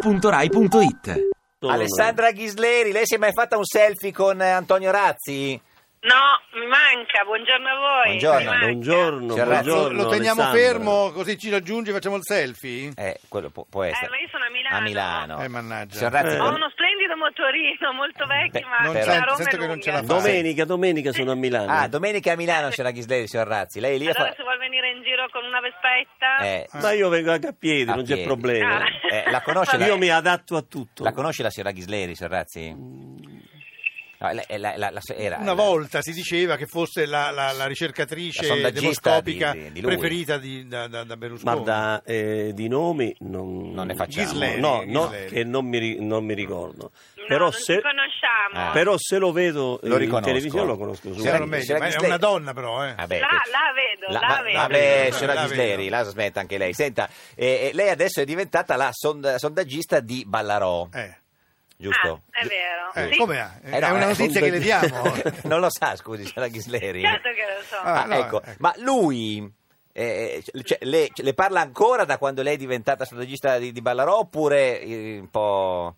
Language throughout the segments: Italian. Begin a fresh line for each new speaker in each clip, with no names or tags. radio2pod.rai.it
Alessandra Ghisleri, lei si è mai fatta un selfie con eh, Antonio Razzi?
No, mi manca, buongiorno a voi.
Buongiorno.
mi manca.
Buongiorno,
Signor Razzi.
buongiorno.
lo teniamo
Alessandro.
fermo così ci raggiunge e facciamo il selfie?
Eh, quello può, può
Eh,
essere.
ma io sono a Milano.
A Milano.
Eh, mannaggia.
Signor Razzi,
Ho uno splendido motorino, molto vecchio,
Beh,
ma
non
da
sento-
Roma e
sento che non ce la
Lugano.
fa.
Domenica, domenica sono a Milano.
Ah, domenica a Milano c'era Ghisleri, signor Razzi. Lei lì ha
Allora
fa-
se vuol venire in giro con una vespetta...
Ah.
eh,
Ma io vengo anche a piedi,
A
non
piedi.
c'è problema.
Ah.
eh, la conosce la...
Io mi adatto a tutto.
La conosce la signora Ghisleri, signor Razzi? No, la- la- la- la- era-
Una volta si diceva che fosse la, la- la
La
ricercatrice
sondaggista
demoscopica
di- di- di lui.
preferita di- da, da- da Berlusconi.
Ma da, eh, di nomi non,
Non ne facciamo.
Ghisleri,
No, no,
Ghisleri.
che non mi, ri- non mi ricordo.
No,
però,
non
se,
ci conosciamo.
Ah.
però se lo vedo eh,
Lo
in
riconosco.
televisione lo conosco subito.
C'erano
Sì,
meglio,
c'era
ma è
Ghisleri.
una donna però, eh.
Vabbè,
La-
che-
la vedo, la
ma-
vedo.
ma- beh,
La
signora
vedo.
Ghisleri, la smetta anche lei. Senta, eh, eh, lei adesso è diventata la sond- sondaggista di Ballarò,
Eh,
giusto?
Ah, è vero.
eh,
Sì,
Come è?
Eh, no,
è una
eh,
notizia che le diamo.
non lo sa, scusi, signora Ghisleri.
Certo che lo so.
Ah,
Ah,
no,
ecco,
ecco.
ma lui eh, cioè, le, le parla ancora da quando lei è diventata strategista di, di Ballarò oppure eh, un po'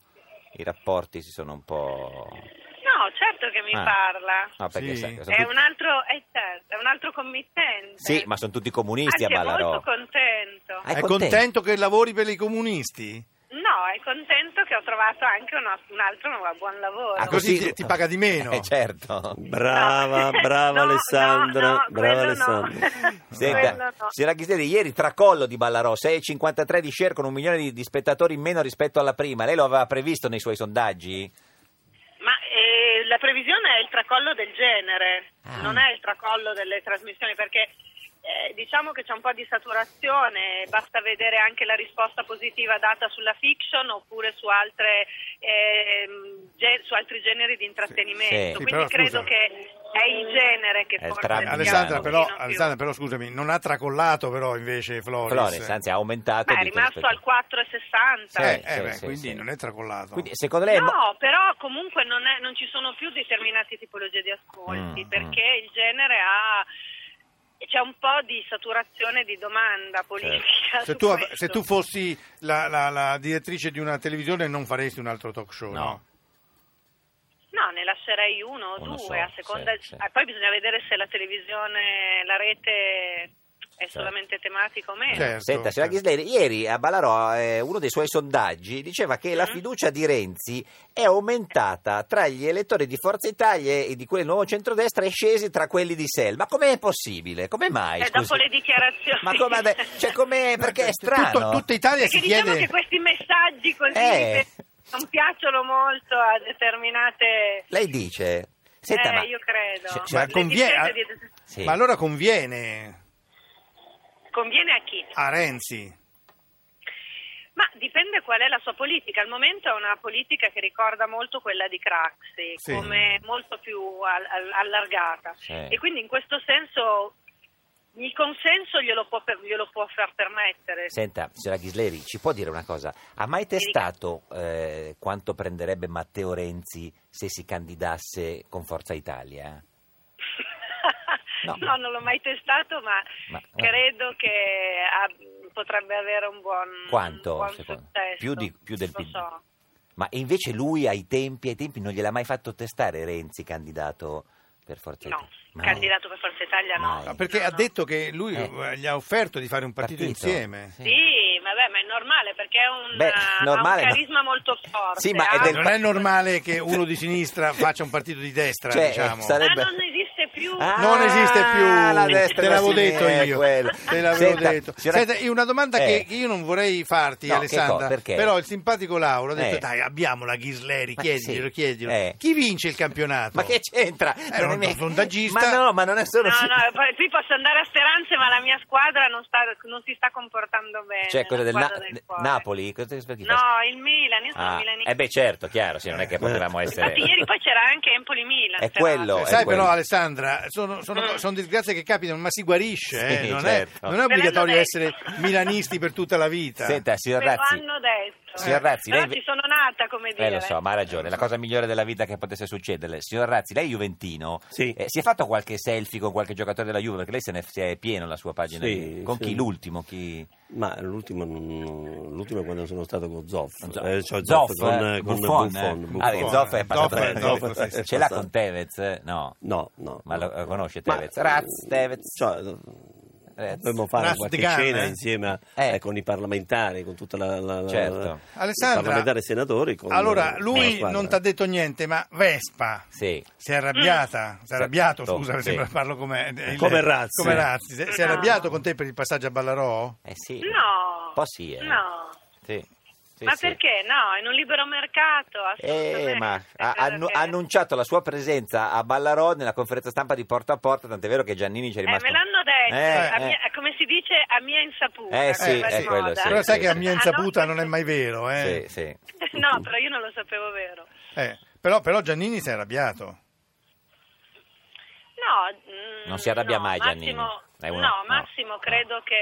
i rapporti si sono un po'...
No, certo che mi
Ah.
parla.
No, perché
Sì.
sai, sono
È
tutti-
un altro, è certo, è un altro committente.
Sì, ma sono tutti comunisti
Anzi,
a
è molto
Ballarò.
contento.
Ah,
È contento che lavori per i comunisti?
No, è contento che ho trovato anche uno- un altro nuovo buon lavoro.
Ah,
così ti- ti paga di meno. Uh.
Eh, certo.
Brava,
No.
brava
No,
Alessandra.
no, no,
brava
quello no.
Alessandra.
Quello
Senta,
no.
signora Ghisleri, ieri tracollo di Ballarò, 6,53 di share con un milione di, di spettatori in meno rispetto alla prima. Lei lo aveva previsto nei suoi sondaggi?
Ma eh, la previsione è il tracollo del genere, non è il tracollo delle trasmissioni perché eh, diciamo che c'è un po' di saturazione, basta vedere anche la risposta positiva data sulla fiction oppure su, altre, ehm, ge- su altri generi di intrattenimento.
Sì,
sì,
Quindi
però,
credo
scusa.
che è il genere che
È il
forse
tram-
sia
Alessandra
Milano.
un
però,
pochino più-
Alessandra, però, scusami, non ha tracollato però invece Flores.
Flores, anzi, ha aumentato.
Ma è
di
rimasto al
telespettatori.
4,60.
Eh,
Sì,
eh,
sì,
beh,
sì,
quindi
sì.
non è tracollato.
Quindi, secondo lei... è mo-
No, però comunque non, è- non ci sono più determinate tipologie di ascolti
Mm,
perché il genere ha. C'è un po' di saturazione di domanda
Certo.
politica.
se
Ah, su
tu, av-
questo.
se tu fossi la, la- la direttrice di una televisione non faresti un altro talk show, no?
No.
No, ne lascerei uno o
Uno
due
solo,
a seconda.
sì, sì.
Ah, poi bisogna vedere se la televisione, la rete è
Certo.
solamente tematica o meno.
Certo.
Senta, signora Ghisleri, ieri a Ballarò eh, uno dei suoi sondaggi diceva che
Mm.
la fiducia di Renzi è aumentata tra gli elettori di Forza Italia e di quelli del nuovo centrodestra e scesi tra quelli di SEL. Ma com'è possibile? Come mai?
Eh,
scusi?
dopo le dichiarazioni.
Ma come ade- cioè, com'è? Perché è
Tutto-
strano.
tutta Italia
Perché
si
diciamo
chiede...
che questi messaggi così
Eh.
non piacciono molto a determinate.
Lei dice... Senta,
eh,
ma...
io credo.
Cioè,
Ma
Le
conviene-
difese di-
Sì.
Ma allora conviene
Conviene a chi?
a Renzi?
Ma dipende qual è la sua politica. Al momento è una politica che ricorda molto quella di Craxi,
Sì.
come molto più al- al- allargata.
Sì.
E quindi in questo senso il consenso glielo può, per- glielo può far permettere.
Senta, signora Ghisleri, ci può dire una cosa? Ha mai testato eh, quanto prenderebbe Matteo Renzi se si candidasse con Forza Italia? No.
no. non l'ho mai testato, ma,
Ma-
credo che ab- potrebbe avere un buon,
Quanto,
un buon
secondo-
successo.
più di- più del
Non
PD?
so.
Ma invece lui ai tempi, ai tempi non gliel'ha mai fatto testare Renzi candidato per Forza
No,
Italia? Mai.
candidato per Forza Italia no.
Mai.
Ma Ah, perché
No,
ha
no.
detto che lui
Eh.
eh, gli ha offerto di fare un partito, insieme.
Sì.
Sì, vabbè, ma è normale perché è un,
Beh,
ha
normale,
un
no?
carisma molto forte. eh.
Sì, ma
ha-
è del-
Non è normale che uno di sinistra faccia un partito di destra,
Cioè,
diciamo.
sare- Sarebbe-
Ah, non esiste più.
Ah,
Non esiste più,
la destra
te l'avevo
e la
detto
sinistra,
io.
quello.
Te l'avevo
Senta,
detto.
signora-
Senta, io una domanda
Eh.
che che io non vorrei farti,
No, che
Alessandra.
co- perché?
Però il simpatico Lauro ha detto:
Eh.
Dai, abbiamo la Ghisleri,
Ma
chiediglielo,
sì.
chiediglielo.
Eh.
Chi vince il campionato?
Ma Eh, che c'entra?
Era un
mi-
sondaggista.
Ma no, ma non è solo...
No, no, poi qui posso andare a Speranze, ma la mia squadra non, sta, non si sta comportando bene.
Cioè, cosa
la
del,
squadra
Na-
eh, del
de-
cuore.
Napoli? Cosa- perché fa-
No, il Milan, io sono
Ah,
milanista.
eh beh, certo, chiaro, sì, non è che potevamo essere...
Infatti ieri poi c'era anche Empoli-Milan.
È
tra l'altro.
quello, è
Eh, Sai
quello.
però Alessandra, sono, sono,
Mm.
sono disgrazie che capitano, ma si guarisce, eh,
Sì,
non,
certo.
è, non
Me
è
l'hanno
obbligatorio
detto.
essere milanisti per tutta la vita.
Senta, signor
Me lo
Razzi,
hanno detto. certo.
Signor Razzi,
Però
lei-
ci sono nata, come dire.
Eh, lo so, ma ha ragione, la cosa migliore della vita che potesse succedere. Signor Razzi, lei è Juventino,
Sì.
eh, si è fatto qualche selfie con qualche giocatore della Juve? Perché lei se ne si è pieno la sua pagina.
Sì,
lì. con
sì.
chi? L'ultimo? Chi...
Ma l'ultimo, non- l'ultimo è quando sono stato con Zoff.
Ah, Zoff.
Eh, cioè
Zoff,
Zoff, con,
eh,
con
Buffon,
Buffon.
eh.
Buffon.
Ah,
Buffon.
Zoff è passato
Zoff è-
per-
Zoff è-
Ce l'ha con Tevez? eh? No.
No, no.
Ma lo-
no.
lo conosce
Ma-
Tevez? Raz, Tevez.
Cioè,
Raz.
dovremmo fare
Raz
qualche
de Ghana,
cena
eh?
insieme a-
Eh.
eh, con i parlamentari, con tutta la... la, la
Certo.
Alessandra,
i parlamentari e senatori. Con
Allora,
eh, la
lui
squadra.
non ti ha detto niente, ma Vespa
Sì.
si è arrabbiata, si è arrabbiato,
Esatto,
scusa,
sì.
sembra parlo come, eh, il-
Come Razzi.
come Razzi. Si è- si è
No.
arrabbiato con te per il passaggio a Ballarò?
Eh sì.
No.
Un po' sì, eh.
No.
Sì. Sì,
ma
sì.
perché no? In un libero mercato, assolutamente.
Eh, ma ha,
Credo
annu-
che-
ha annunciato la sua presenza a Ballarò nella conferenza stampa di Porta a Porta, tant'è vero che Giannini ci è
Eh,
rimasto...
me l'hanno detto,
Eh,
a
eh.
mia- come si dice, a mia insaputa.
Eh, sì,
eh,
per
sì,
moda.
quello sì,
Però sai
sì,
che a mia
Ah, no,
insaputa non è mai vero, eh.
Sì, sì.
No, però io non lo sapevo vero.
Eh, però, però Giannini si è arrabbiato.
No, mm,
Non si arrabbia
no,
mai,
Massimo-
Giannini. È uno-
no,
no,
Massimo
no.
credo che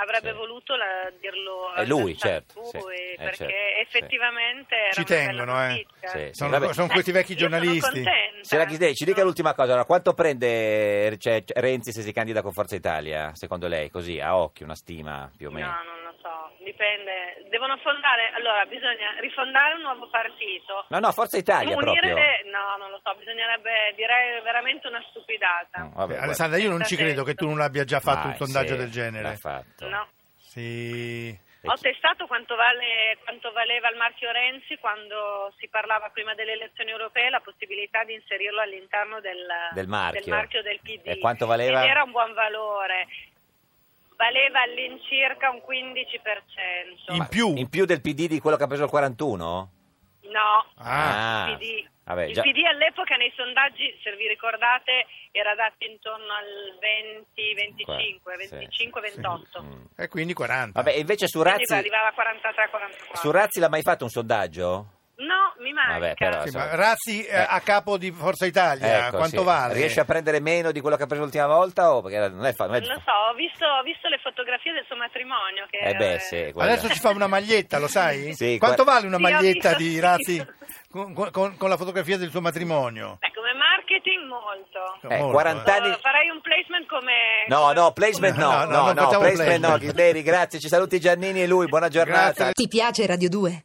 avrebbe
Sì.
voluto la- dirlo
È lui,
altrettanto
certo, sì.
lui,
Eh,
perché
certo,
effettivamente era
Ci
una bella
tengono, eh.
notizia.
Sì, sì.
Sono,
vabbè.
sono
Eh,
questi vecchi
io sono
giornalisti.
contenta.
Signora Ghisdei, ci dica l'ultima cosa, allora, quanto prende cioè, Renzi se si candida con Forza Italia, secondo lei, così, a occhio, una stima più o meno?
No, non lo so, dipende. Devono fondare, allora bisogna rifondare un nuovo partito.
No, no, Forza Italia
Unire
proprio.
le- no, non lo so, bisognerebbe direi veramente una stupidata.
Mm, vabbè,
Eh,
guarda.
Alessandra, io non ci credo che tu non abbia già
Vai,
fatto un sondaggio
sì,
del
l'ha
genere.
fatto.
No.
Sì.
E
Ho
chi-
testato quanto, vale, quanto valeva il marchio Renzi quando si parlava prima delle elezioni europee la possibilità di inserirlo all'interno del,
Del marchio.
del, marchio del PD.
E quanto valeva?
Ed era un buon valore. Valeva all'incirca un 15%.
In più.
In più del PD di quello che ha preso il 41?
No,
Ah.
Ah.
il PD.
Vabbè,
il
già-
PD all'epoca nei sondaggi, se vi ricordate, era dato intorno al 20, 25,
Sì,
25, 28.
Mm.
E quindi 40.
Vabbè, e invece su
Quindi
Razzi,
arrivava a 43, 44.
su Razzi l'ha mai fatto un sondaggio?
No, mi manca.
Vabbè, però,
Sì,
so-
ma Razzi eh,
Eh.
a capo di Forza Italia,
Ecco,
Eh, quanto
sì.
vale?
Riesce a prendere meno di quello che ha preso l'ultima volta? O perché non è fa- non è-
Non lo so, ho visto, ho visto le fotografie del suo matrimonio. Che
Eh beh, sì, guarda.
Adesso ci fa una maglietta, lo sai?
Sì,
quanto
guarda-
vale una
Sì, ho
maglietta
visto,
di
sì.
Razzi con, con- con la fotografia del suo matrimonio?
Beh, ecco, come marketing molto.
Eh,
Molto,
40 anni-
Oh, Farei un placement come...
No,
come-
no, placement no,
No, no,
no, no,
non facciamo
placement no,
placement.
Ghisleri, grazie, ci saluti Giannini e lui, buona giornata.
Grazie.
Ti piace Radio 2?